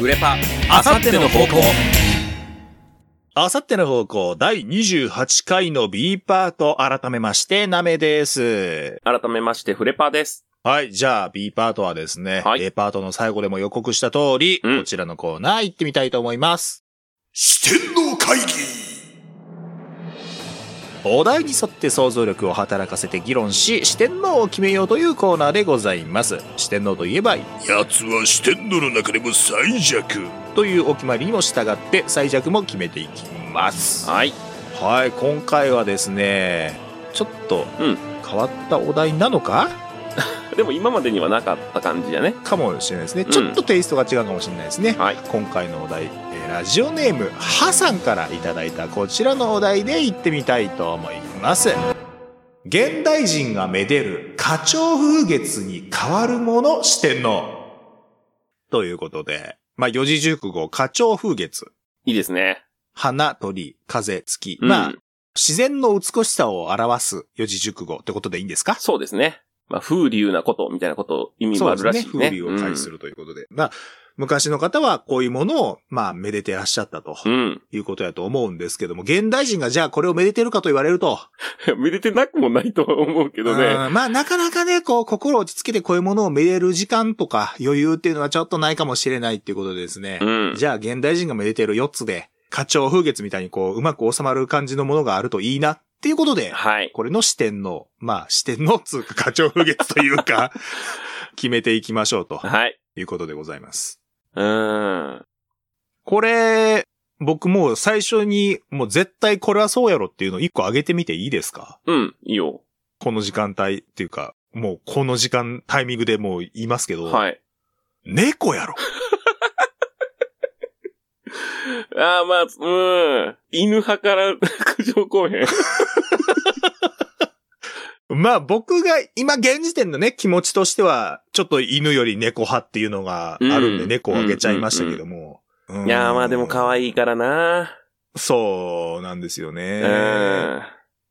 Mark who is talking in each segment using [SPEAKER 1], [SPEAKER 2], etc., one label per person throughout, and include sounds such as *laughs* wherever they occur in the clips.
[SPEAKER 1] 売れパ
[SPEAKER 2] あさっての方向
[SPEAKER 3] あさっての方向第28回の B パート改めましてナメです。
[SPEAKER 1] 改めましてフレパです
[SPEAKER 3] はい、じゃあ B パートはですね、
[SPEAKER 1] はい
[SPEAKER 3] A パートの最後でも予告した通り、
[SPEAKER 1] うん
[SPEAKER 3] こちらのコーナー行ってみたいと思います。
[SPEAKER 2] 四天王会議
[SPEAKER 3] お題に沿って想像力を働かせて議論し、四天王を決めようというコーナーでございます。四天王といえば、
[SPEAKER 2] 奴は四天王の中でも最弱
[SPEAKER 3] というお決まりにも従って最弱も決めていきます。
[SPEAKER 1] はい
[SPEAKER 3] はい、今回はですね、ちょっと
[SPEAKER 1] うん
[SPEAKER 3] 変わったお題なのか、
[SPEAKER 1] でも今までにはなかった感じやね
[SPEAKER 3] かもしれないですね。
[SPEAKER 1] うん
[SPEAKER 3] ちょっとテイストが違うかもしれないですね。
[SPEAKER 1] はい
[SPEAKER 3] 今回のお題、えーラジオネーム、ハさんからいただいたこちらのお題で行ってみたいと思います。現代人がめでる花鳥風月に変わるもの四天王。ということで、まあ、四字熟語、花鳥風月。
[SPEAKER 1] いいですね
[SPEAKER 3] 花、鳥、風、月。
[SPEAKER 1] うん
[SPEAKER 3] まあ、自然の美しさを表す四字熟語ってことでいいんですか
[SPEAKER 1] そうですねまあ風流なことみたいなこと意味もあるらしいね
[SPEAKER 3] そうですね。風流を介するということで。まあ、昔の方はこういうものを、まあ、めでてらっしゃったと
[SPEAKER 1] うん、うん *laughs*
[SPEAKER 3] いうことやと思うんですけども、現代人がじゃあこれをめでてるかと言われると。
[SPEAKER 1] めでてなくもないとは思うけどね。
[SPEAKER 3] うんまあ、なかなかね、こう、心を落ち着けてこういうものをめでる時間とか余裕っていうのはちょっとないかもしれないっていうことでですね。
[SPEAKER 1] うん。
[SPEAKER 3] じゃあ、現代人がめでてる4つで、花鳥風月みたいにこう、うまく収まる感じのものがあるといいなっていうことで、
[SPEAKER 1] はい。
[SPEAKER 3] これの四天王。まあ、四天王つうか、花鳥風月というか、決めていきましょうと
[SPEAKER 1] はい。
[SPEAKER 3] いうことでございます。
[SPEAKER 1] うーん。
[SPEAKER 3] これ、僕もう最初に、もう絶対これはそうやろっていうのを一個上げてみていいですか
[SPEAKER 1] うん。いいよ。
[SPEAKER 3] この時間帯っていうか、もうこの時間、タイミングでもう言いますけど、
[SPEAKER 1] はい。
[SPEAKER 3] 猫やろ。 *laughs*
[SPEAKER 1] ああ、まあ、うーん。犬派から苦情公園。
[SPEAKER 3] まあ僕が今現時点のね、気持ちとしては、ちょっと犬より猫派っていうのがあるんで、
[SPEAKER 1] うん
[SPEAKER 3] 猫をあげちゃいましたけども。うん
[SPEAKER 1] いやーまあでも可愛いからな。
[SPEAKER 3] そうなんですよね。
[SPEAKER 1] う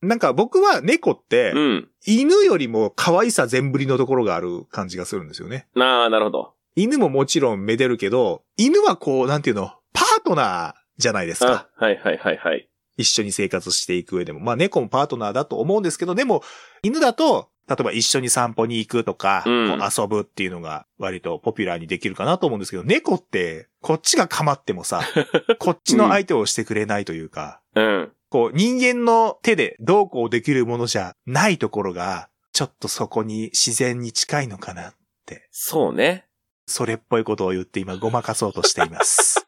[SPEAKER 1] ん。
[SPEAKER 3] なんか僕は猫って、
[SPEAKER 1] うん。
[SPEAKER 3] 犬よりも可愛さ全振りのところがある感じがするんですよね。
[SPEAKER 1] ああ、なるほど。
[SPEAKER 3] 犬ももちろんめでるけど、犬はこう、なんていうの、パートナーじゃないですか
[SPEAKER 1] あ。はいはいはいはい。
[SPEAKER 3] 一緒に生活していく上でも。まあ猫もパートナーだと思うんですけど、でも犬だと、例えば一緒に散歩に行くとか、
[SPEAKER 1] うん
[SPEAKER 3] こう遊ぶっていうのが割とポピュラーにできるかなと思うんですけど、猫ってこっちが構って
[SPEAKER 1] *laughs*
[SPEAKER 3] もさ、こっちの相手をしてくれないというか、
[SPEAKER 1] うん。
[SPEAKER 3] こう人間の手でどうこうできるものじゃないところが、ちょっとそこに自然に近いのかな。
[SPEAKER 1] そうね。
[SPEAKER 3] それっぽいことを言って今ごまかそうとしています。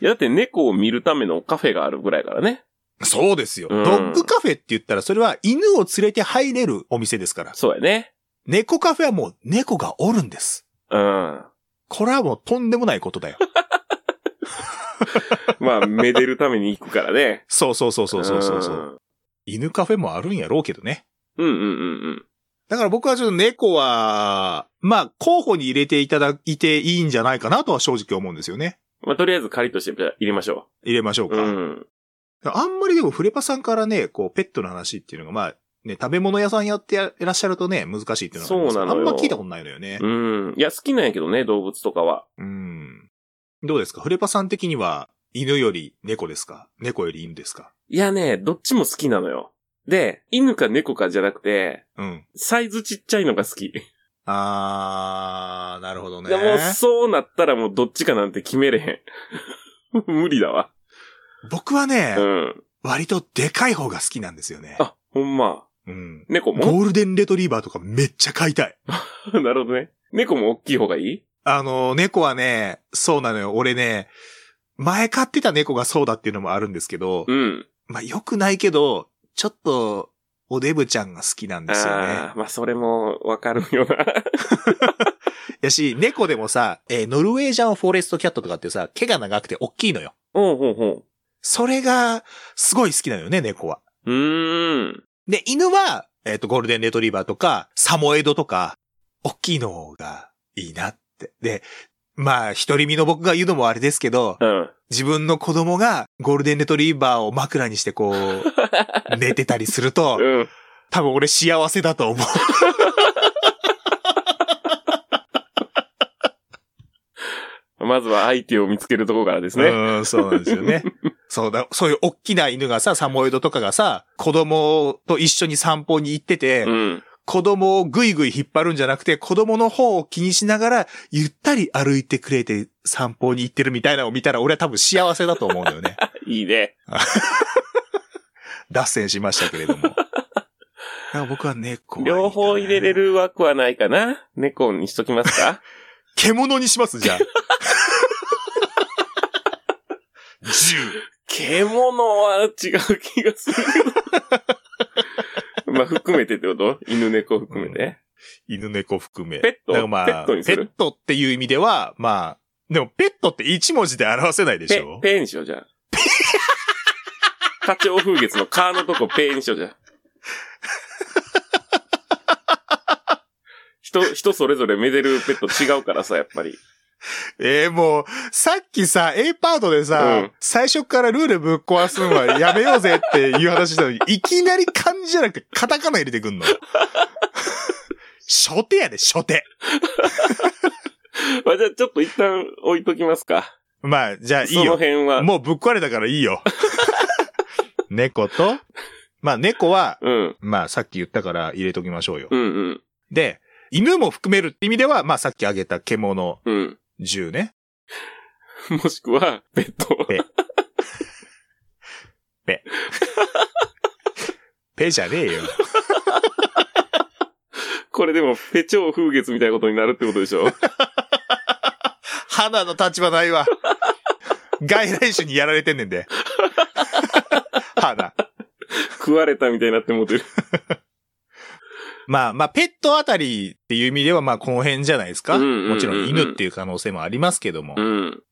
[SPEAKER 1] いや、だって猫を見るためのカフェがあるぐらいからね。
[SPEAKER 3] そうですよ。
[SPEAKER 1] うん
[SPEAKER 3] ドッグカフェって言ったらそれは犬を連れて入れるお店ですから。
[SPEAKER 1] そうやね。
[SPEAKER 3] 猫カフェはもう猫がおるんです。
[SPEAKER 1] うん。
[SPEAKER 3] これはもうとんでもないことだ
[SPEAKER 1] *laughs*
[SPEAKER 3] よ。*laughs*
[SPEAKER 1] まあ、めでるために行くからね。
[SPEAKER 3] そうそうそうそうそうそうそう。
[SPEAKER 1] ん
[SPEAKER 3] 犬カフェもあるんやろうけどね。
[SPEAKER 1] うんうんうん
[SPEAKER 3] だから僕はちょっと猫は、まあ、候補に入れていただいていいんじゃないかなとは正直思うんですよね。
[SPEAKER 1] うん。まあ、とりあえず仮として入れましょ
[SPEAKER 3] 入れましょう
[SPEAKER 1] う。
[SPEAKER 3] か。
[SPEAKER 1] うん。
[SPEAKER 3] あんまりでもフレパさんからね、こう、ペットの話っていうのが、まあ、ね、食べ物屋さんやってやいらっしゃるとね、難しいっていうのがあります
[SPEAKER 1] そうなの
[SPEAKER 3] あ
[SPEAKER 1] よ
[SPEAKER 3] んま聞いたことないのよね。
[SPEAKER 1] うん。いや、好きなんやけどね、動物とかは。
[SPEAKER 3] うん。どうですかフレパさん的には、犬より猫ですか猫より犬ですか
[SPEAKER 1] いやね、どっちも好きなのよ。で、犬か猫かじゃなくて、
[SPEAKER 3] うん。
[SPEAKER 1] サイズちっちゃいのが好き。
[SPEAKER 3] あー、なるほどね。
[SPEAKER 1] でもうそうなったらもうどっちかなんて決めれへん。 *laughs* 無理だわ。
[SPEAKER 3] 僕はね、
[SPEAKER 1] うん。
[SPEAKER 3] 割とでかい方が好きなんですよね。
[SPEAKER 1] あ、ほんま。
[SPEAKER 3] うん。
[SPEAKER 1] 猫も
[SPEAKER 3] ゴールデンレトリーバーとかめっちゃ飼いたい。
[SPEAKER 1] *laughs* なるほどね。猫も大きい方がいい
[SPEAKER 3] あの、猫はね、そうなのよ。俺ね、前飼ってた猫がそうだっていうのもあるんですけど、
[SPEAKER 1] うん。
[SPEAKER 3] まあ良くないけど、ちょっと、おデブちゃんが好きなんですよね
[SPEAKER 1] あ。あ、まあそれもわかるよな。
[SPEAKER 3] やし、猫でもさ、えーノルウェージャンフォレストキャットとかってさ、毛が長くて大きいのよ。
[SPEAKER 1] *laughs* ほうほうほ
[SPEAKER 3] それが、すごい好きなのよね、猫は。
[SPEAKER 1] う。うーん。
[SPEAKER 3] で、犬は、えっ、と、ゴールデンレトリバーとか、サモエドとか、大きいのがいいなって。で、まあ、一人身の僕が言うのもあれですけど、
[SPEAKER 1] うん。
[SPEAKER 3] 自分の子供がゴールデンレトリバーを枕にしてこう、寝てたりすると、
[SPEAKER 1] うん。
[SPEAKER 3] 多分俺幸せだと思う。
[SPEAKER 1] まずは相手を見つけるところからですね。
[SPEAKER 3] うん、そうなんですよね。 *laughs* そうだ、そういう大きな犬がさ、サモエドとかがさ、子供と一緒に散歩に行ってて、
[SPEAKER 1] うん。
[SPEAKER 3] 子供をぐいぐい引っ張るんじゃなくて、子供の方を気にしながら、ゆったり歩いてくれて散歩に行ってるみたいなのを見たら、俺は多分幸せだと思うんだよ *laughs* ね。
[SPEAKER 1] いいね。
[SPEAKER 3] 脱線しましたけれども。だから僕は猫はいいかな
[SPEAKER 1] 両方入れれ。る枠はないかな猫にしときます *laughs* か
[SPEAKER 3] 獣にします、 *laughs* じゃあ。
[SPEAKER 1] 獣は違う気がするけど。ま *laughs* あ、含めてってこと犬猫含めて。
[SPEAKER 3] 犬猫含め。
[SPEAKER 1] ペット
[SPEAKER 3] だからまあ、
[SPEAKER 1] ペットにする
[SPEAKER 3] ペットっていう意味では、まあ、でもペットって一文字で表せないでし
[SPEAKER 1] ペ
[SPEAKER 3] ょ、
[SPEAKER 1] ペにしようじゃ *laughs* あ。花鳥風月のカーのとこペにしよう *laughs* じゃあ。人、人それぞれめでるペット違うからさ、やっぱり。
[SPEAKER 3] えー、もう、さっきさ、A パートでさ、
[SPEAKER 1] うん
[SPEAKER 3] 最初からルールぶっ壊すのはやめようぜっていう話したのに、 *laughs* いきなり漢字じゃなくてカタカナ入れてくんの。初手やで、初手。
[SPEAKER 1] まあ、じゃあちょっと一旦置いときますか。
[SPEAKER 3] まあ、じゃあいい
[SPEAKER 1] その
[SPEAKER 3] よ。
[SPEAKER 1] 辺は。
[SPEAKER 3] もうぶっ壊れたからいいよ。 *laughs* 猫と、まあ猫は、
[SPEAKER 1] うん。
[SPEAKER 3] まあさっき言ったから入れときましょうよ。
[SPEAKER 1] うんうん。
[SPEAKER 3] で、犬も含めるって意味では、まあさっき挙げた獣、
[SPEAKER 1] うん。
[SPEAKER 3] 銃ね。
[SPEAKER 1] もしくは、ペット。
[SPEAKER 3] ペじゃねえ
[SPEAKER 1] *laughs*
[SPEAKER 3] よ。
[SPEAKER 1] これでも、ペチョウ風月みたいなことになるってことで *laughs* しょ
[SPEAKER 3] 花の立場ないわ。 *laughs* 外来種にやられてんねんで。 *laughs* 花。
[SPEAKER 1] 食われたみたいになってもうてる。
[SPEAKER 3] まあまあ、ペットあたりっていう意味では、まあこの辺じゃないですか。
[SPEAKER 1] うんうんうんうん
[SPEAKER 3] もちろん犬っていう可能性もありますけども。
[SPEAKER 1] うん。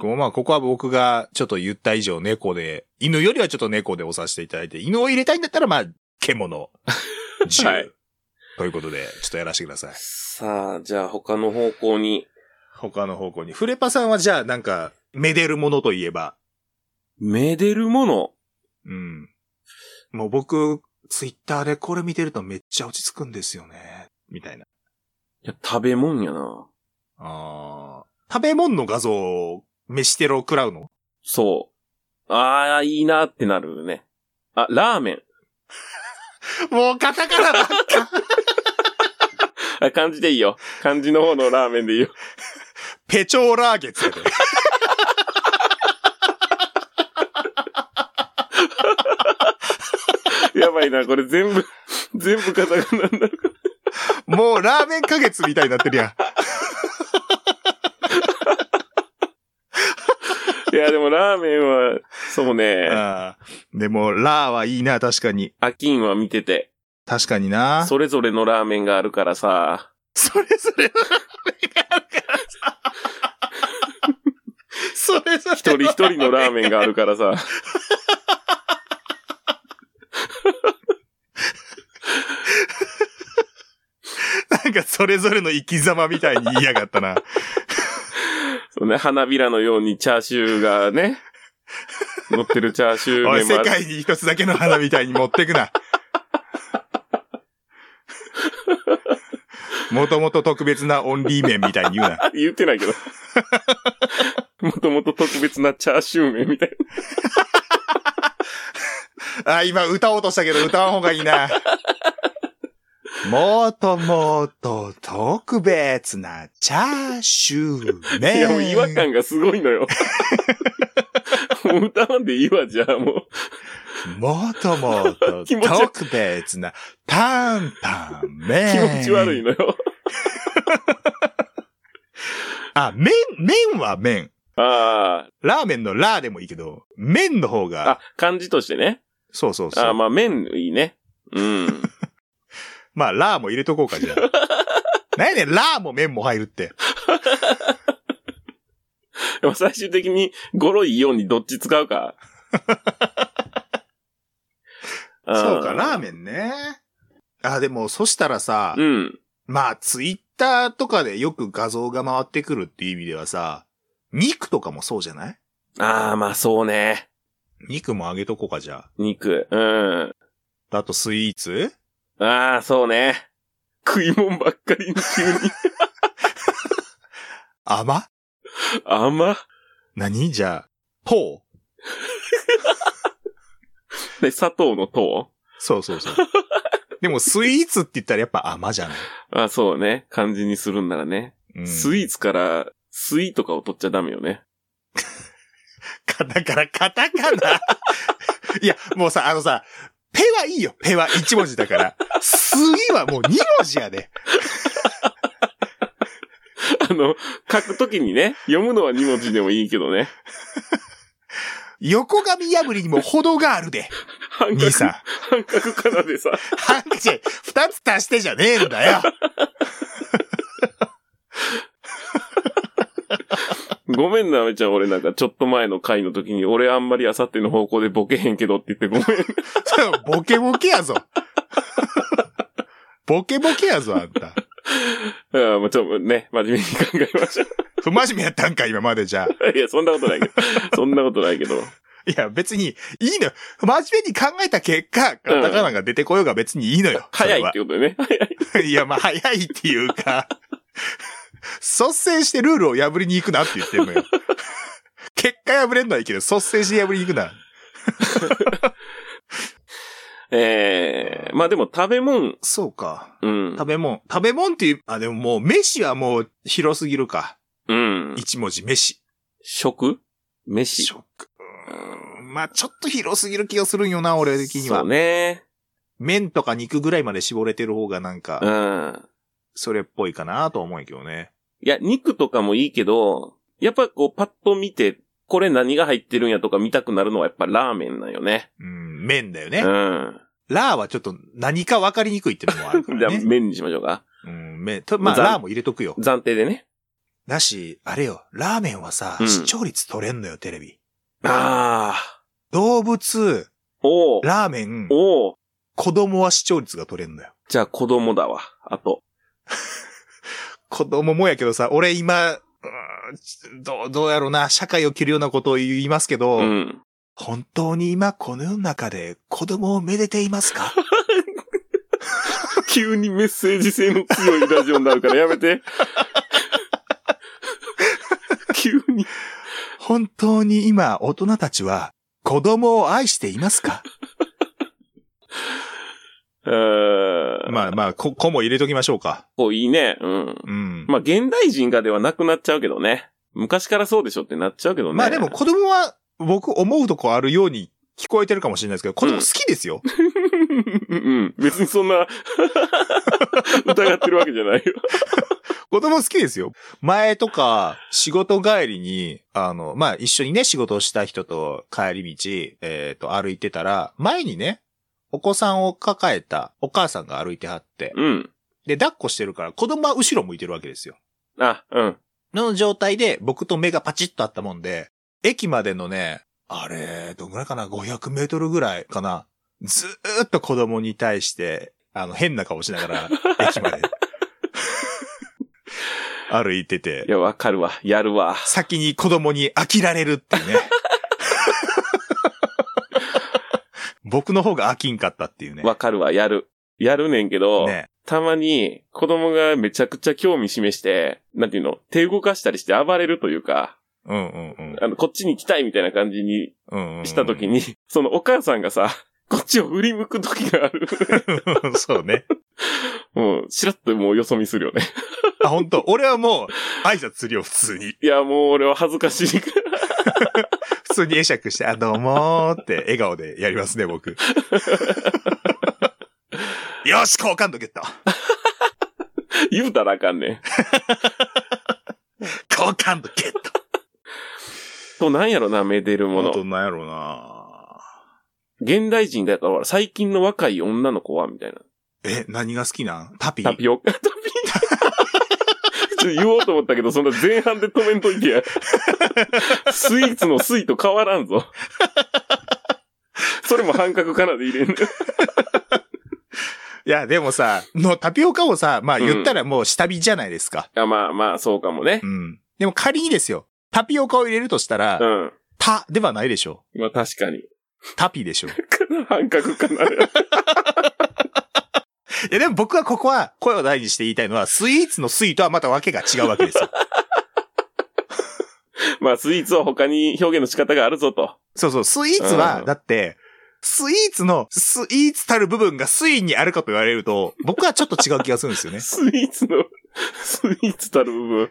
[SPEAKER 3] こうまあここは僕がちょっと言った以上猫で、犬よりはちょっと猫で押させていただいて、犬を入れたいんだったらまあ、獣。銃。
[SPEAKER 1] *laughs* はい
[SPEAKER 3] ということで、ちょっとやらせてください。
[SPEAKER 1] さあ、じゃあ他の方向に、
[SPEAKER 3] 他の方向に。フレパさんはじゃあなんか、めでるものといえば。
[SPEAKER 1] めでるもの。
[SPEAKER 3] うん。もう僕、ツイッターでこれ見てるとめっちゃ落ち着くんですよね。みたいな。
[SPEAKER 1] いや、食べ物やな。
[SPEAKER 3] あー食べ物の画像を、飯テロを食らうの
[SPEAKER 1] そう。ああ、いいなってなるね。あ、ラーメン。
[SPEAKER 3] もうカタカナ *laughs* ばっか
[SPEAKER 1] あ、漢字でいいよ。漢字の方のラーメンでいいよ。 *laughs*
[SPEAKER 3] ペチョーラーゲツやで。
[SPEAKER 1] やばいな、これ全部、 *laughs* 全部カタカナになる。
[SPEAKER 3] もうラーメン花月みたいになってる *laughs* やん。
[SPEAKER 1] いや、でもラーメンは、そうね。
[SPEAKER 3] あーでも、ラーはいいな、確かに。
[SPEAKER 1] アキンは見てて、
[SPEAKER 3] 確かにな。
[SPEAKER 1] それぞれのラーメンがあるからさ。
[SPEAKER 3] それぞれのラ *laughs* ーメンがあるからさ。それぞれ
[SPEAKER 1] 一人一人のラーメンがあるからさ。
[SPEAKER 3] なんかそれぞれの生き様みたいに言いやがった
[SPEAKER 1] *laughs*
[SPEAKER 3] な。
[SPEAKER 1] そうね、花びらのようにチャーシューがね、乗ってるチャーシュー
[SPEAKER 3] おい、
[SPEAKER 1] 麺も
[SPEAKER 3] 世
[SPEAKER 1] ある。
[SPEAKER 3] 界に一つだけの花みたいに持ってく
[SPEAKER 1] *laughs*
[SPEAKER 3] な。もともと特別なオンリー麺みたいに言うな。
[SPEAKER 1] あ言ってないけど。 *laughs* もともと特別なチャーシュー麺みたい
[SPEAKER 3] あ、今歌おうとしたけど歌わん方がいいな。もともと特別なチャーシュー
[SPEAKER 1] な。
[SPEAKER 3] 麺。
[SPEAKER 1] いや、もう違和感がすごいのよ。もう歌わんでいいわ、じゃあも
[SPEAKER 3] もともと
[SPEAKER 1] 気持ち悪い
[SPEAKER 3] 特別なタンタン
[SPEAKER 1] う。
[SPEAKER 3] 麺。
[SPEAKER 1] *laughs* 気持ち悪いのよ。
[SPEAKER 3] あ、麺、麺は麺。
[SPEAKER 1] あ
[SPEAKER 3] ラーメンのラーでもいいけど、麺の方
[SPEAKER 1] あ。
[SPEAKER 3] が
[SPEAKER 1] あ、、漢字としてね。
[SPEAKER 3] そうそうそう。
[SPEAKER 1] ああ、まあ麺いいね。
[SPEAKER 3] *laughs*
[SPEAKER 1] うん。
[SPEAKER 3] まあ、ラーも入れとこうか、
[SPEAKER 1] *laughs*
[SPEAKER 3] じゃあ。なんやねん、ラーも麺も入るって。
[SPEAKER 1] でも最終的にゴロいようにどっち使うか。
[SPEAKER 3] *laughs* そうか、ラー
[SPEAKER 1] ン。
[SPEAKER 3] メンね。あ、でも、そしたらさ、
[SPEAKER 1] うん。
[SPEAKER 3] まあ、ツイッターとかでよく画像が回ってくるっていう意味ではさ、肉とかもそうじゃない
[SPEAKER 1] ああ、まあそうね。
[SPEAKER 3] 肉もあげとこうか、じゃ
[SPEAKER 1] 肉。うん。
[SPEAKER 3] あ。あと、スイーツ
[SPEAKER 1] ああ、そうね。食い物ばっかりに急に。
[SPEAKER 3] 甘
[SPEAKER 1] 甘っ
[SPEAKER 3] 何じゃあ、ほう。
[SPEAKER 1] で、砂糖の糖
[SPEAKER 3] そうそう
[SPEAKER 1] *laughs*
[SPEAKER 3] そう。でも、スイーツって言ったらやっぱ甘じゃない、
[SPEAKER 1] あ、そうね。漢字にするんならね。
[SPEAKER 3] うん、
[SPEAKER 1] スイーツから、スイとかを取っちゃダメよね。 *laughs*
[SPEAKER 3] カタカナ、カタカナ。いや、もうさ、あのさ、ペはいいよ。ペは1文字だから。スイはもう2文字やで。
[SPEAKER 1] あの、書くときにね、読むのは2文字でもいいけどね。
[SPEAKER 3] 横紙破りにも程があるで。
[SPEAKER 1] 半角
[SPEAKER 3] 兄、さ
[SPEAKER 1] 半角かなでさ、
[SPEAKER 3] ん。半口、二つ足してじゃねえんだよ。
[SPEAKER 1] ごめんな、アメちゃん、俺なんかちょっと前の回の時に、俺あんまりあさっての方向でボケへんけどって言ってごめん。 *laughs*
[SPEAKER 3] そうボケボケやぞ。ボケボケやぞ、あんた。
[SPEAKER 1] あもうちょっとね、真面目に考えましょ
[SPEAKER 3] 不真面目やったんか、今までじゃあ。
[SPEAKER 1] う。いや、そんなことないけど。そんなことないけ
[SPEAKER 3] *laughs*
[SPEAKER 1] ど。
[SPEAKER 3] いや、別に、いいのよ。真面目に考えた結果、カタカナが出てこようが別にいいのよ。
[SPEAKER 1] 早いってことでね。 *laughs* 早い。
[SPEAKER 3] それは *laughs* いや、まあ、早いっていうか、率先してルールを破りに行くなって言ってんのよ。結果破れんのはいいけど、率先して破りに行くな。
[SPEAKER 1] ええまあでも食べ物、
[SPEAKER 3] そうか。
[SPEAKER 1] うん。
[SPEAKER 3] 食べ物。食べ物っていう、あ、でももう、飯はもう広すぎるか。
[SPEAKER 1] うん。
[SPEAKER 3] 一文字、飯。
[SPEAKER 1] 食飯。
[SPEAKER 3] 食。うーんまあ、ちょっと広すぎる気がするんよな、俺的には。
[SPEAKER 1] そうね。
[SPEAKER 3] 麺とか肉ぐらいまで絞れてる方がなんか、
[SPEAKER 1] うん。
[SPEAKER 3] それっぽいかなと思うけどね。
[SPEAKER 1] いや、肉とかもいいけど、やっぱこうパッと見て、これ何が入ってるんやとか見たくなるのはやっぱラーメンなんよね。
[SPEAKER 3] うん、麺だよ
[SPEAKER 1] う
[SPEAKER 3] ね。
[SPEAKER 1] ん。
[SPEAKER 3] ラーはちょっと何か分かりにくいってのもあるか
[SPEAKER 1] じ
[SPEAKER 3] ら
[SPEAKER 1] ゃあ
[SPEAKER 3] *laughs* ね。
[SPEAKER 1] 麺にしましょうか。
[SPEAKER 3] うん、麺。とまあ、
[SPEAKER 1] ざん
[SPEAKER 3] ラーも入れとくよ。
[SPEAKER 1] 暫定でね。
[SPEAKER 3] だし、あれよ、ラーメンはさ、
[SPEAKER 1] うん
[SPEAKER 3] 視聴率取れんのよ、テレビ。
[SPEAKER 1] ああ。
[SPEAKER 3] 動物、
[SPEAKER 1] おお。
[SPEAKER 3] ラーメン、
[SPEAKER 1] おお。
[SPEAKER 3] 子供は視聴率が取れんのよ。
[SPEAKER 1] じゃあ子供だわ。あと。
[SPEAKER 3] 子供もやけどさ、俺今、うんどう、どうやろうな、社会を切るようなことを言いますけど、
[SPEAKER 1] うん。
[SPEAKER 3] 本当に今この世の中で子供をめでていますか
[SPEAKER 1] *laughs*
[SPEAKER 3] *laughs*
[SPEAKER 1] 急にメッセージ性の強いラジオになるからやめ *laughs* て。急に。
[SPEAKER 3] 本当に今大人たちは子供を愛しています
[SPEAKER 1] *laughs*
[SPEAKER 3] か
[SPEAKER 1] うん。
[SPEAKER 3] まあまあ、こ、子も入れときましょうか。
[SPEAKER 1] こういいね。うん。
[SPEAKER 3] うん。
[SPEAKER 1] まあ、現代人がではなくなっちゃうけどね。昔からそうでしょってなっちゃうけどね。
[SPEAKER 3] まあでも子供は僕思うとこあるように聞こえてるかもしれないですけど、子供好きですよ。
[SPEAKER 1] うんうん。別にそんな、疑ってるわけじゃないよ。
[SPEAKER 3] 子供好きですよ。前とか仕事帰りに、あの、まあ一緒にね、仕事をした人と帰り道、えっ、と歩いてたら、前にね、お子さんを抱えたお母さんが歩いてはって、
[SPEAKER 1] うん。
[SPEAKER 3] で、抱っこしてるから子供は後ろ向いてるわけですよ。
[SPEAKER 1] あ、うん。
[SPEAKER 3] の状態で僕と目がパチッとあったもんで、駅までのね、あれ、どんぐらいかな ?500 メートルぐらいかなずーっと子供に対して、あの、変な顔しながら、駅 *laughs* まで。歩いてて
[SPEAKER 1] い。や、わかるわ。やるわ。
[SPEAKER 3] 先に子供に飽きられるっていうね。僕の方が飽きんかったっていうね。
[SPEAKER 1] わかるわ。やる。やるねんけど、
[SPEAKER 3] ね。
[SPEAKER 1] たまに子供がめちゃくちゃ興味示して、なんていうの、手動かしたりして暴れるというか、
[SPEAKER 3] うんうんうん
[SPEAKER 1] あの、こっちに来たいみたいな感じに
[SPEAKER 3] うんうん。
[SPEAKER 1] したときに、そのお母さんがさ、こっちを振り向くときがある。
[SPEAKER 3] うん。 *laughs* そうね。
[SPEAKER 1] もう、しらっともうよそ見するよね。
[SPEAKER 3] あ、本当俺はもう、挨拶するよ、普通に。
[SPEAKER 1] いや、もう会俺は恥ずかしいから。
[SPEAKER 3] 普通に会釈して、あ、どうもーって笑顔でやりますね、
[SPEAKER 1] *laughs*
[SPEAKER 3] 僕。よし、好感度ゲット。
[SPEAKER 1] 言うたらあかんねん。
[SPEAKER 3] 好感度ゲット。
[SPEAKER 1] と、なんやろな、めでるも
[SPEAKER 3] 本
[SPEAKER 1] の。
[SPEAKER 3] 当なんやろうな
[SPEAKER 1] 現代人だから、ほら最近の若い女の子は、みたいな。
[SPEAKER 3] え、何が好きなんタピ
[SPEAKER 1] タピオカ、タピちょっと言おうと思ったけど、そんな前半で止めんといてや。スイーツのスイと変わらんぞ。それも半角からで入れんね
[SPEAKER 3] いや、でもさ、のタピオカをさ、まあ
[SPEAKER 1] うん
[SPEAKER 3] 言ったらもう下火じゃないですか。
[SPEAKER 1] あまあまあ、そうかもね
[SPEAKER 3] う。ん。でも仮にですよ、タピオカを入れるとしたら、
[SPEAKER 1] うん。
[SPEAKER 3] タではないでしょ
[SPEAKER 1] まあ確かに。
[SPEAKER 3] う。タピでしょう。
[SPEAKER 1] 半角かな。
[SPEAKER 3] いや、でも僕はここは
[SPEAKER 1] *laughs*
[SPEAKER 3] 声を大にして言いたいのは、スイーツのスイーとはまたわけが違うわけですよ。
[SPEAKER 1] まあ、スイーツは他に表現の仕方があるぞと。
[SPEAKER 3] そうそう、スイーツ
[SPEAKER 1] う
[SPEAKER 3] は、
[SPEAKER 1] ん
[SPEAKER 3] だって、スイーツのスイーツたる部分がスイにあるかと言われると、僕はちょっと違う気がするんです
[SPEAKER 1] *laughs*
[SPEAKER 3] よね。
[SPEAKER 1] スイーツの、スイーツたる部分。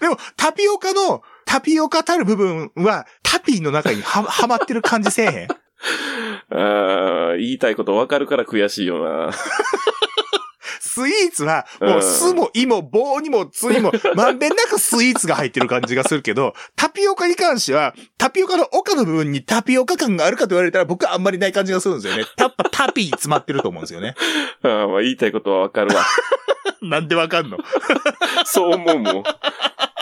[SPEAKER 3] でも、タピオカの、タピオカたる部分は、タピーの中には、はまってる感じせえへん。
[SPEAKER 1] ああ、言いたいことわかるから悔しいよな。
[SPEAKER 3] スイーツは、も
[SPEAKER 1] う
[SPEAKER 3] う、
[SPEAKER 1] ん
[SPEAKER 3] すも、いも、棒にも、つに
[SPEAKER 1] *laughs*
[SPEAKER 3] も、まんべんなくスイーツが入ってる感じがするけど、タピオカに関しては、タピオカの丘の部分にタピオカ感があるかと言われたら、僕はあんまりない感じがするんですよね。タ、タピー詰まってると思うんですよ
[SPEAKER 1] *laughs*
[SPEAKER 3] ね。
[SPEAKER 1] ああ、まあ、言いたいことはわかるわ。
[SPEAKER 3] なんでわかんの
[SPEAKER 1] そう思うもん。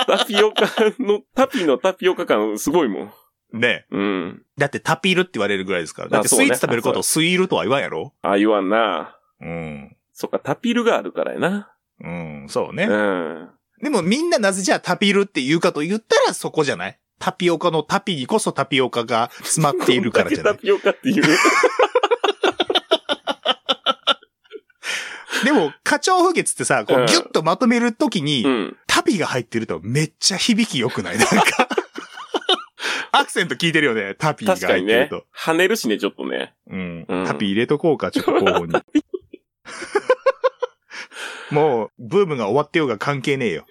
[SPEAKER 1] タピオカの、タピのタピオカ感すごいもん。
[SPEAKER 3] ねえ
[SPEAKER 1] うん。
[SPEAKER 3] だってタピールって言われるぐらいですから。だって
[SPEAKER 1] あそう
[SPEAKER 3] スイ
[SPEAKER 1] ね
[SPEAKER 3] ーツ食べることをスイールとは言わんやろ
[SPEAKER 1] ああ、言わんな。
[SPEAKER 3] うん。
[SPEAKER 1] そっか、タピルがあるからやな。
[SPEAKER 3] うん、そう
[SPEAKER 1] う
[SPEAKER 3] ね。
[SPEAKER 1] ん。
[SPEAKER 3] でもみんななぜじゃあタピールって言うかと言ったらそこじゃないタピオカのタピにこそタピオカが詰まっているからじゃな
[SPEAKER 1] どん
[SPEAKER 3] い
[SPEAKER 1] だけタピオカっていう。
[SPEAKER 3] でも、花鳥風月ってさ、こ
[SPEAKER 1] う
[SPEAKER 3] うんギュッとまとめるときに、
[SPEAKER 1] うん。
[SPEAKER 3] タピが入ってるとめっちゃ響き良くないなん *laughs* か。アクセント効いてるよね、タピが
[SPEAKER 1] 確か
[SPEAKER 3] 入
[SPEAKER 1] に
[SPEAKER 3] ってる
[SPEAKER 1] ね
[SPEAKER 3] と。。
[SPEAKER 1] 跳ねるしね、ちょっとね。
[SPEAKER 3] う。
[SPEAKER 1] うんん
[SPEAKER 3] タピ入れとこうか、ちょっと候補に。 *laughs* もう、ブームが終わってようが関係ねえよ。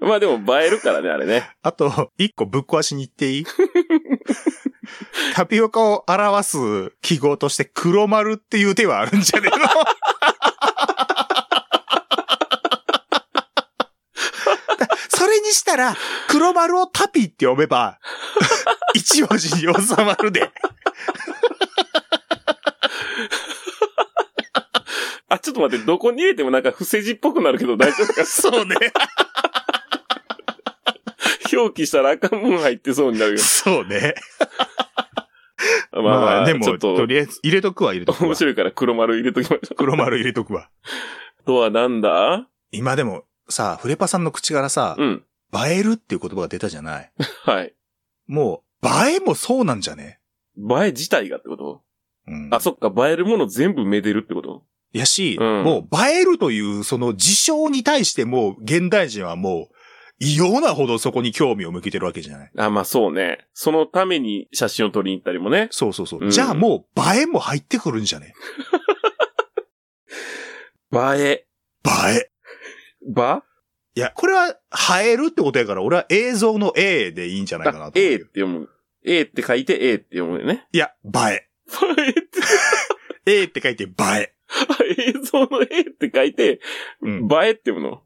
[SPEAKER 1] まあでも映えるからね、あれね。
[SPEAKER 3] あと、一個ぶっ壊しに行っていいタピオカを表す記号として黒丸っていう手はあるんじゃねえのそれにしたら、黒丸をタピって呼べば、一文字に収まるで。
[SPEAKER 1] あ、ちょっと待って、どこに入れてもなんか不正字っぽくなるけど大丈夫か
[SPEAKER 3] そうね。
[SPEAKER 1] 表記したら赤もん入ってそうになるよ。
[SPEAKER 3] そうね。
[SPEAKER 1] まあ
[SPEAKER 3] まあ、
[SPEAKER 1] まあ、
[SPEAKER 3] で
[SPEAKER 1] ちょ
[SPEAKER 3] も、
[SPEAKER 1] っ
[SPEAKER 3] と
[SPEAKER 1] と、
[SPEAKER 3] りあえず入れとくわ、入れとくわ
[SPEAKER 1] 面。白いから黒丸入れときましょう。
[SPEAKER 3] 黒丸入れとくわ。
[SPEAKER 1] とはなんだ
[SPEAKER 3] 今でも、さ、フレパさんの口からさ、
[SPEAKER 1] うん。
[SPEAKER 3] 映えるっていう言葉が出たじゃない。
[SPEAKER 1] はい。
[SPEAKER 3] もう、映えもそうなんじゃね
[SPEAKER 1] 映え自体がってこと
[SPEAKER 3] うん。
[SPEAKER 1] あ、そっか、映えるもの全部めでるってこと
[SPEAKER 3] やし、
[SPEAKER 1] うん
[SPEAKER 3] もう映えるというその事象に対してもう現代人はもう異様なほどそこに興味を向けてるわけじゃない。
[SPEAKER 1] あ、まあそうね。そのために写真を撮りに行ったりもね。
[SPEAKER 3] そうそうそう。
[SPEAKER 1] うん
[SPEAKER 3] じゃあもう映えも入ってくるんじゃね
[SPEAKER 1] 映え。
[SPEAKER 3] 映え。
[SPEAKER 1] ば
[SPEAKER 3] いや、これは映えるってことやから俺は映像の A でいいんじゃないかなと思
[SPEAKER 1] あ
[SPEAKER 3] う。
[SPEAKER 1] A って読む。A って書いて A って読むよね。
[SPEAKER 3] いや、映え。
[SPEAKER 1] 映えって
[SPEAKER 3] A って書いて映え。
[SPEAKER 1] 映像の A って書いて、
[SPEAKER 3] うん
[SPEAKER 1] 映えって読むの。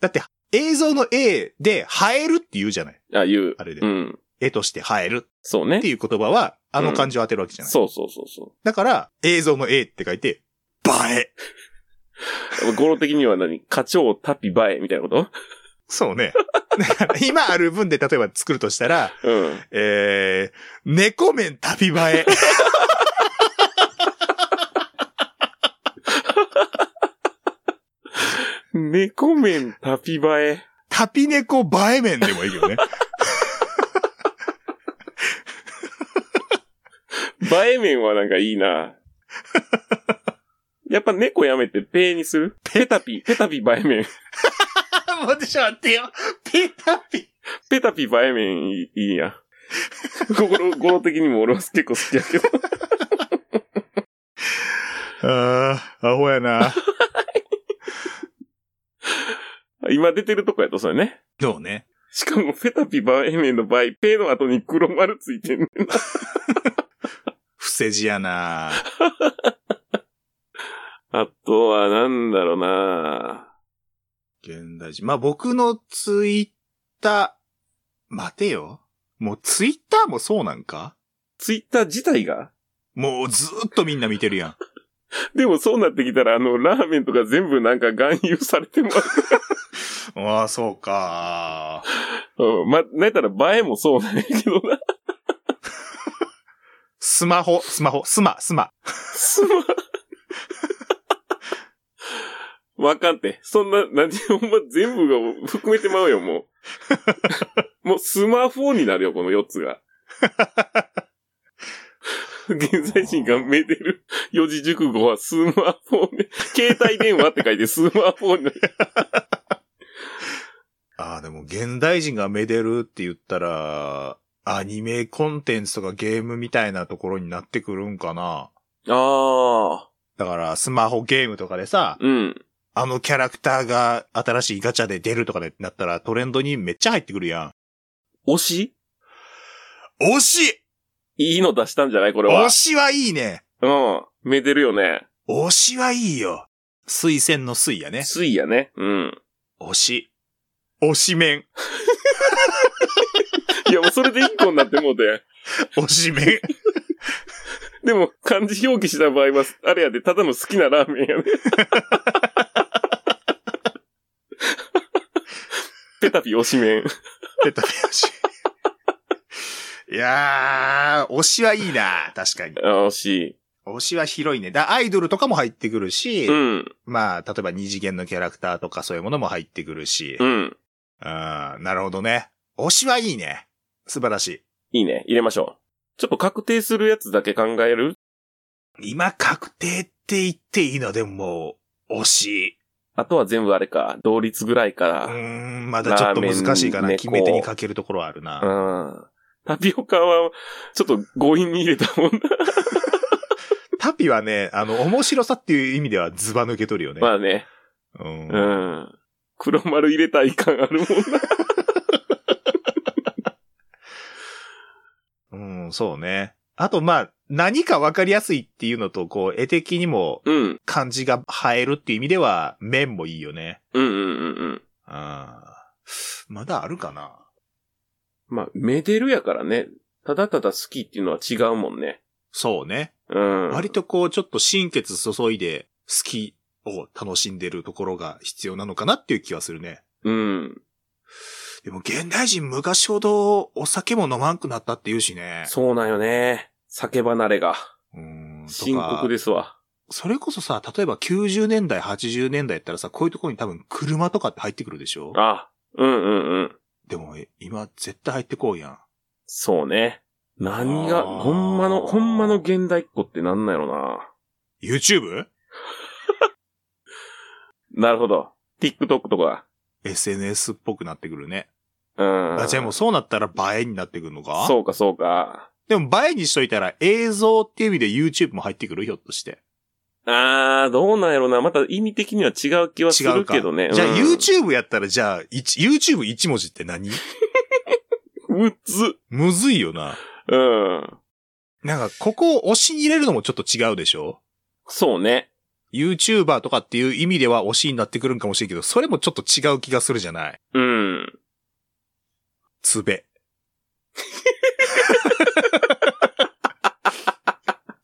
[SPEAKER 3] だって映像の A で映えるって言うじゃない。
[SPEAKER 1] あ、言う。
[SPEAKER 3] あれで。
[SPEAKER 1] うん。
[SPEAKER 3] 絵として映える
[SPEAKER 1] そう
[SPEAKER 3] っ
[SPEAKER 1] ね
[SPEAKER 3] て。いう言葉はあの漢字を当てるわけじゃない。
[SPEAKER 1] そうそうそうそ
[SPEAKER 3] だから映像の A って書いて映え。
[SPEAKER 1] う。語呂的には何課長タピバエみたいなこ
[SPEAKER 3] そうね。 *laughs* だから今ある分で例えば作るとしたら、
[SPEAKER 1] とうん。
[SPEAKER 3] えー、猫麺旅映え。
[SPEAKER 1] *laughs* 猫麺タピバエ。
[SPEAKER 3] 旅猫映え麺でもいいよね。
[SPEAKER 1] 映え麺はなんかいい
[SPEAKER 3] *laughs*
[SPEAKER 1] な。やっぱ猫やめてペーにするペタピ、ペタピ映え麺。
[SPEAKER 3] *laughs* もうちょっと待ってよ。ピタピ。
[SPEAKER 1] ペタピ映え麺いいいいやん。心、語呂的にも俺は結構好きやけど。
[SPEAKER 3] あー、アホやな。
[SPEAKER 1] 今出てるとこやとそれね。
[SPEAKER 3] どうね。
[SPEAKER 1] しかもペタピ映え麺の場合、ペーの後に黒丸ついてんねん
[SPEAKER 3] 不正字やな。
[SPEAKER 1] あとはなんだろうな
[SPEAKER 3] 現代人。まあ、僕のツイッター、待てよ。もうツイッターもそうなんか
[SPEAKER 1] ツイッター自体が
[SPEAKER 3] もうずーっとみんな見てるやん。
[SPEAKER 1] でもそうなってきたら、あの、ラーメンとか全部なんか含有されてもら
[SPEAKER 3] ああ、そうか。
[SPEAKER 1] う。うん、 *laughs* ま、なんやったら映えもそうなんやけどな。
[SPEAKER 3] スマホ、スマホ、スマ、スマ。
[SPEAKER 1] すまん。 *laughs* わかんて。そんな、なんて、ほんま全部が含めてまうよ、も
[SPEAKER 3] *laughs*
[SPEAKER 1] う。もうスマホになるよ、この4つが。現在人がめでる四字熟語はスマホね。携帯電話って書いてスマホになる。
[SPEAKER 3] ああ、でも現代人がめでるって言ったら、アニメコンテンツとかゲームみたいなところになってくるんかな。
[SPEAKER 1] ああ、
[SPEAKER 3] だから、スマホゲームとかでさ、
[SPEAKER 1] うん。
[SPEAKER 3] あのキャラクターが新しいガチャで出るとかでなったらトレンドにめっちゃ入ってくるや
[SPEAKER 1] 推し
[SPEAKER 3] ん。推し
[SPEAKER 1] いいの出したんじゃないこれは
[SPEAKER 3] 推。しはいいね。
[SPEAKER 1] うん。めでるよね。
[SPEAKER 3] 推しはいいよ。推薦の推やね。
[SPEAKER 1] 水やね。うん。
[SPEAKER 3] 推し。推し面。
[SPEAKER 1] いや、もうそれで一個になってもうて。
[SPEAKER 3] 推し面。
[SPEAKER 1] でも、漢字表記した場合は、あれやで、ただの好きなラーメンや *laughs* ね。ペタピ推し麺。
[SPEAKER 3] ペタペタ推し。いやー、推しはいいな。確かに。
[SPEAKER 1] あ推し
[SPEAKER 3] 推しは広いね。だ、アイドルとかも入ってくるし、
[SPEAKER 1] い。うん。
[SPEAKER 3] まあ、例えば二次元のキャラクターとかそういうものも入ってくるし、
[SPEAKER 1] うん。
[SPEAKER 3] あーなるほどね。推しはいいね。素晴らしい。
[SPEAKER 1] いいね。入れましょう。ちょっと確定するやつだけ考える
[SPEAKER 3] 今確定って言っていいのでももう、推し。
[SPEAKER 1] あとは全部あれか。同率ぐらいか
[SPEAKER 3] う
[SPEAKER 1] ら。
[SPEAKER 3] ーん、まだちょっと難しいか
[SPEAKER 1] ラーメ
[SPEAKER 3] な。
[SPEAKER 1] ン
[SPEAKER 3] 決め手にかけるところはあるな。
[SPEAKER 1] うん。タピオカは、ちょっと強引に入れた *laughs* もんな。
[SPEAKER 3] タピはね、あの、面白さっていう意味ではズバ抜けとるよね。
[SPEAKER 1] まあね。
[SPEAKER 3] うん
[SPEAKER 1] うん。黒丸入れたい感あるもんな。
[SPEAKER 3] うん、そうね。あと、まあ、何かわかりやすいっていうのと、こう、絵的にも
[SPEAKER 1] うん。
[SPEAKER 3] 漢字が映えるっていう意味では、面もいいよね。
[SPEAKER 1] うんうんうんうん。
[SPEAKER 3] あーまだあるかな
[SPEAKER 1] まあ、めでるやからね。ただただ好きっていうのは違うもんね。
[SPEAKER 3] そうね。
[SPEAKER 1] うん。
[SPEAKER 3] 割とこう、ちょっと心血注いで、好きを楽しんでるところが必要なのかなっていう気はするね。
[SPEAKER 1] うん。
[SPEAKER 3] でも、現代人昔ほどお酒も飲まんくなったって言うしね。
[SPEAKER 1] そうなんよね。酒離れが。
[SPEAKER 3] うん。とか
[SPEAKER 1] 深刻ですわ。
[SPEAKER 3] それこそさ、例えば90年代、80年代やったらさ、こういうところに多分車とかって入ってくるでしょ
[SPEAKER 1] あ、うんうんうん。
[SPEAKER 3] でも、え今、絶対入ってこうやん。
[SPEAKER 1] そうね。何が、
[SPEAKER 3] あー
[SPEAKER 1] ほんまの、ほんまの現代っ子ってなんなんやろな。
[SPEAKER 3] YouTube?
[SPEAKER 1] なるほど。TikTok とか。
[SPEAKER 3] SNS っぽくなってくるね。
[SPEAKER 1] うん。
[SPEAKER 3] あ、じゃあもうそうなったら映えになってくるのかう。
[SPEAKER 1] そうかそうか。
[SPEAKER 3] でも映えにしといたら映像っていう意味で YouTube も入ってくるひょっとして。
[SPEAKER 1] あー、どうなんやろな。また意味的には違う気はす
[SPEAKER 3] 違う
[SPEAKER 1] る
[SPEAKER 3] か。
[SPEAKER 1] けどね。
[SPEAKER 3] じゃあ
[SPEAKER 1] うん
[SPEAKER 3] YouTube やったらじゃあ、一 YouTube 一文字って何
[SPEAKER 1] むず。
[SPEAKER 3] むずいよな。
[SPEAKER 1] うん。
[SPEAKER 3] なんか、ここを押しに入れるのもちょっと違うでしょ
[SPEAKER 1] そうね。
[SPEAKER 3] ?YouTuber とかっていう意味では推しになってくるんかもしれんけど、それもちょっと違う気がするじゃない
[SPEAKER 1] うん。
[SPEAKER 3] つべ。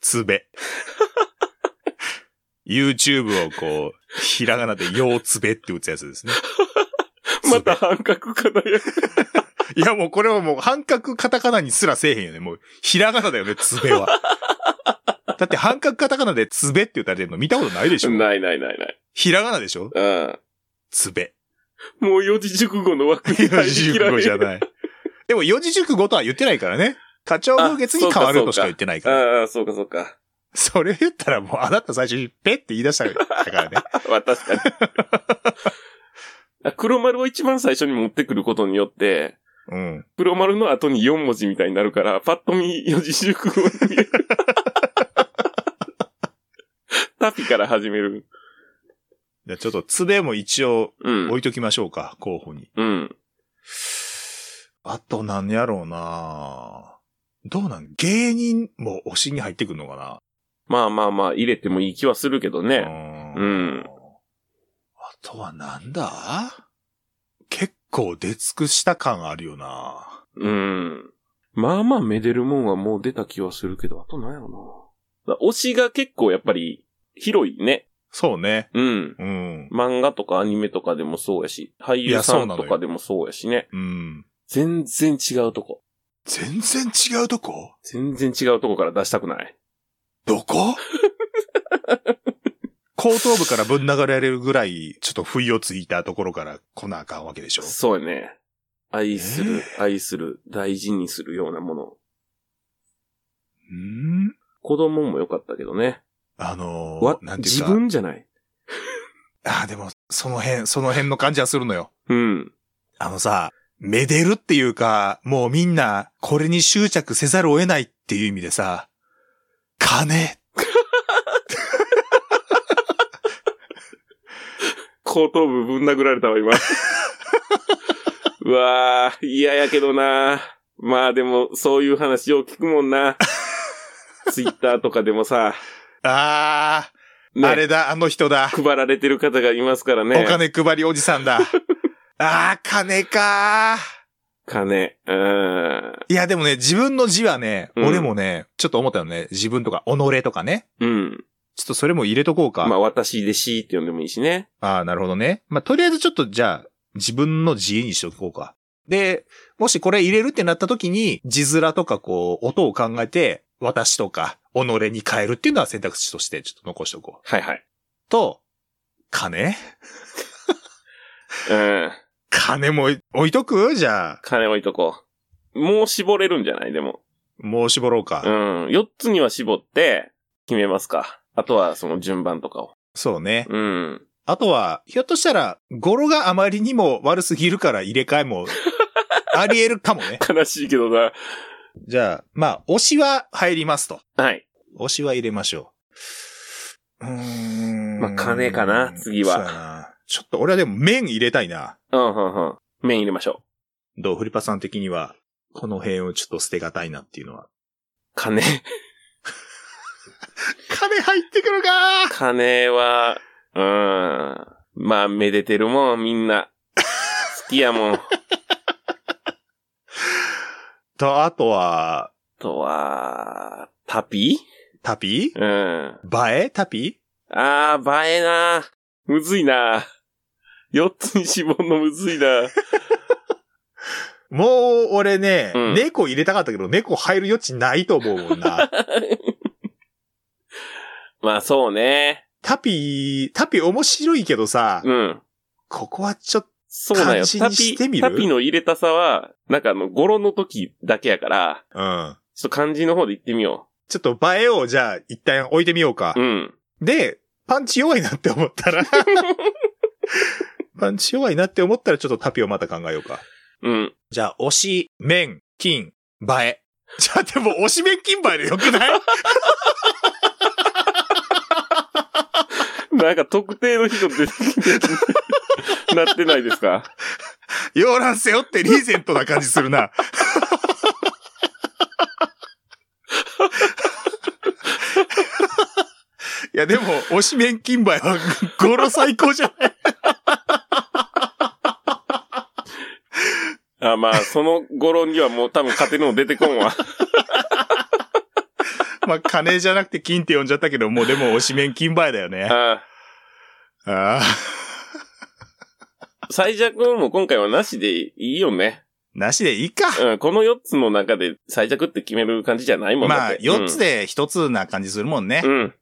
[SPEAKER 3] つべ。YouTube をこう、ひらがなで、ようつべって打つやつですね。
[SPEAKER 1] *laughs* また半角かなや。
[SPEAKER 3] いやもうこれはもう、半角カタカナにすらせえへんよね。もう、ひらがなだよね、つべは。だって半角カタカナでつべって打たれてるの見たことないでしょ
[SPEAKER 1] ないないないない。
[SPEAKER 3] ひらがなでしょ
[SPEAKER 1] うん。
[SPEAKER 3] つべ。
[SPEAKER 1] もう四字熟語の枠に入りきら
[SPEAKER 3] 四
[SPEAKER 1] れ
[SPEAKER 3] 字熟語じゃ
[SPEAKER 1] い。
[SPEAKER 3] ない。でも四字熟語とは言ってないからね。課長風月に変わるとしか言ってないから。
[SPEAKER 1] ああ、そうかそうか。
[SPEAKER 3] それ言ったらもうあなた最初にペって言い出したから *laughs* ね。
[SPEAKER 1] まあ確か *laughs* に。あ黒丸を一番最初に持ってくることによって、
[SPEAKER 3] うん。
[SPEAKER 1] 黒丸の後に4文字みたいになるから、パッと見四字熟語に見え *laughs* る。タピから始める。
[SPEAKER 3] じゃあちょっとつべも一応
[SPEAKER 1] うん。
[SPEAKER 3] 置いときましょうか、候補に。
[SPEAKER 1] うん。
[SPEAKER 3] あと何やろうなどうなん芸人も推しに入ってくるのか
[SPEAKER 1] まあまあまあ、入れてもいい気はするけど
[SPEAKER 3] な
[SPEAKER 1] ね。
[SPEAKER 3] う
[SPEAKER 1] うん
[SPEAKER 3] ん。あとはなんだ結構出尽くした感あるよな
[SPEAKER 1] うん。まあまあ、めでるもんはもう出た気はするけど、あとなんやろな。だ推しが結構やっぱり、広いね。
[SPEAKER 3] そうね。
[SPEAKER 1] うん。
[SPEAKER 3] うん。
[SPEAKER 1] 漫画とかアニメとかでもそうやし、俳優
[SPEAKER 3] いやそ
[SPEAKER 1] さ
[SPEAKER 3] うんなの
[SPEAKER 1] と
[SPEAKER 3] よ
[SPEAKER 1] かでもそうやしね。
[SPEAKER 3] うん。
[SPEAKER 1] 全然違うとこ。
[SPEAKER 3] 全然違うとこ
[SPEAKER 1] 全然違うとこから出したくない。
[SPEAKER 3] ど
[SPEAKER 1] *laughs*
[SPEAKER 3] こ後頭部からぶん流れられるぐらい、ちょっと不意をついたところから来なあかんわけでしょ
[SPEAKER 1] そうやね。愛する、
[SPEAKER 3] え
[SPEAKER 1] 愛する、大事にするようなもの。
[SPEAKER 3] ん
[SPEAKER 1] 子供も良かったけどね。
[SPEAKER 3] あの
[SPEAKER 1] わ
[SPEAKER 3] ー、なんていう
[SPEAKER 1] 自
[SPEAKER 3] か。
[SPEAKER 1] 分じゃない。
[SPEAKER 3] あーでも、その辺、その辺の感じはするのよ。
[SPEAKER 1] うん。
[SPEAKER 3] あのさ、めでるっていうか、もうみんな、これに執着せざるを得ないっていう意味でさ、金。
[SPEAKER 1] 後頭部ぶん殴られたわ、今。うわー、嫌やけどなまあでも、そういう話よう聞くもんな。ツイッターとかでもさ、
[SPEAKER 3] あー、
[SPEAKER 1] ね
[SPEAKER 3] あれだ、あの人だ。
[SPEAKER 1] 配られてる方がいますからね。
[SPEAKER 3] お金配りおじさん
[SPEAKER 1] *laughs*
[SPEAKER 3] だ。あー、金かー。
[SPEAKER 1] 金。うーん。
[SPEAKER 3] いや、でもね、自分の字はね、
[SPEAKER 1] うん
[SPEAKER 3] 俺もね、ちょっと思ったよね。自分とか、己とかね。
[SPEAKER 1] うん。
[SPEAKER 3] ちょっとそれも入れとこうか。
[SPEAKER 1] まあ、私でしって呼んでもいいしね。
[SPEAKER 3] ああ、なるほどね。まあ、とりあえずちょっとじゃあ、自分の字にしとこうか。で、もしこれ入れるってなった時に、字面とかこう、音を考えて、私とか、己に変えるっていうのは選択肢としてちょっと残しておこう。
[SPEAKER 1] はいはい。
[SPEAKER 3] と、金
[SPEAKER 1] うん。
[SPEAKER 3] 金も置いとくじゃあ、
[SPEAKER 1] 金置いとこう。もう絞れるんじゃないでも。
[SPEAKER 3] もう絞ろうか。
[SPEAKER 1] うん。四つには絞って、決めますか。あとは、その順番とかを。
[SPEAKER 3] そうね。
[SPEAKER 1] うん。
[SPEAKER 3] あとは、ひょっとしたら、語呂があまりにも悪すぎるから入れ替え
[SPEAKER 1] *laughs*
[SPEAKER 3] も、あり得るかもね。
[SPEAKER 1] 悲しいけどな。
[SPEAKER 3] じゃあ、まあ、推しは入りますと。
[SPEAKER 1] はい。
[SPEAKER 3] 推しは入れましょう。うーん。
[SPEAKER 1] まあ金かな次は
[SPEAKER 3] そうやな。ちょっと俺はでも麺入れたいな。
[SPEAKER 1] うん、うん、うん。麺入れましょう。
[SPEAKER 3] どうフリパさん的には、この辺をちょっと捨てがたいなっていうのは。
[SPEAKER 1] 金。
[SPEAKER 3] 金入ってくるか
[SPEAKER 1] *laughs* 金は、うん。まあ、めでてるもん、みんな。好きやもん。あ
[SPEAKER 3] と、あとは、
[SPEAKER 1] とは、タピ
[SPEAKER 3] タピ
[SPEAKER 1] うん。
[SPEAKER 3] 映えタピ
[SPEAKER 1] あー、映えなむずいな四つに絞んのむずいな
[SPEAKER 3] もう、俺ね、
[SPEAKER 1] うん
[SPEAKER 3] 猫入れたかったけど、猫入る余地ないと思うもんな。
[SPEAKER 1] まあ、そうね。
[SPEAKER 3] タピ、タピ面白いけどさ、
[SPEAKER 1] うん。
[SPEAKER 3] ここはちょっと、
[SPEAKER 1] そうなん
[SPEAKER 3] 漢
[SPEAKER 1] よ。
[SPEAKER 3] 字
[SPEAKER 1] タ
[SPEAKER 3] にし
[SPEAKER 1] ピ、
[SPEAKER 3] てみる
[SPEAKER 1] タピの入れたさは、なんかあの、語呂の時だけやから、
[SPEAKER 3] うん。
[SPEAKER 1] ちょっと漢字の方で言ってみよ
[SPEAKER 3] ちょっと映えをじゃあ一旦置いてみようか。
[SPEAKER 1] う。うん。
[SPEAKER 3] で、パンチ弱いなって思った
[SPEAKER 1] *laughs*
[SPEAKER 3] ら、パンチ弱いなって思ったらちょっとタピをまた考えようか。
[SPEAKER 1] うん。
[SPEAKER 3] じゃあ、押し、面、金、映え。じゃあでも、押し面金映えでよくない
[SPEAKER 1] なんか特定の人出てきて、 *laughs* なってないですか
[SPEAKER 3] 洋蘭背負ってリーゼントな感じする
[SPEAKER 1] *laughs*
[SPEAKER 3] な。いや、でも、押し面金映えは、ゴロ最高じゃない
[SPEAKER 1] あ、まあ、その語呂にはもう多分勝てるの出てこんわ。 *laughs*
[SPEAKER 3] まあ、金じゃなくて金って呼んじゃったけど、もうでも、押し面金映えだよね。
[SPEAKER 1] あ
[SPEAKER 3] ああ。
[SPEAKER 1] 最弱も今回はなしでいいよね。
[SPEAKER 3] なしでいいか。
[SPEAKER 1] うん、この4つの中で最弱って決める感じじゃないもん
[SPEAKER 3] まあ、4つ
[SPEAKER 1] で。
[SPEAKER 3] で1つな感じするもんね。
[SPEAKER 1] うん。うん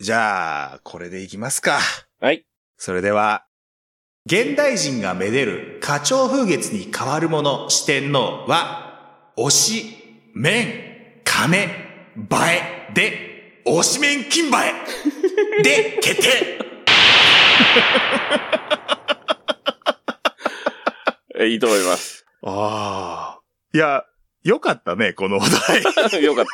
[SPEAKER 3] じゃあ、これでいきますか。
[SPEAKER 1] はい。
[SPEAKER 3] それでは、現代人がめでる花鳥風月に変わるもの四天王は、推し、面、金、映えで、推し面金映 *laughs* えで、決定
[SPEAKER 1] えいいと思います。 *laughs*
[SPEAKER 3] ああ。いや、よかったね、このお *laughs* 題。
[SPEAKER 1] よかっ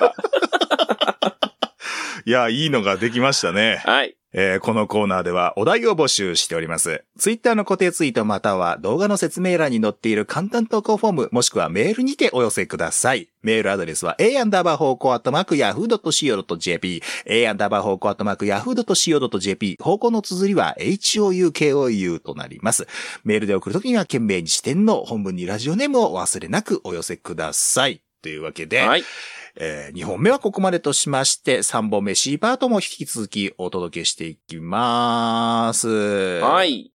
[SPEAKER 3] いや、いいのができましたね。
[SPEAKER 1] た。はい。
[SPEAKER 3] えーこのコーナーではお題を募集しております。ツイッターの固定ツイートまたは動画の説明欄に載っている簡単投稿フォームもしくはメールにてお寄せください。メールアドレスは a アンダーバー方向アットマーク yahoo.co.jp a アンダーバー方向アットマーク yahoo.co.jp 方向の綴りは houkou となります。メールで送るときには懸命に視点の本文にラジオネームをお忘れなくお寄せください。というわけで、
[SPEAKER 1] はい。
[SPEAKER 3] え2本目はここまでとしまして、3本目 C パートも引き続きお届けしていきます。。
[SPEAKER 1] はいい。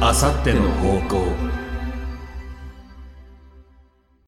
[SPEAKER 2] あさっての方向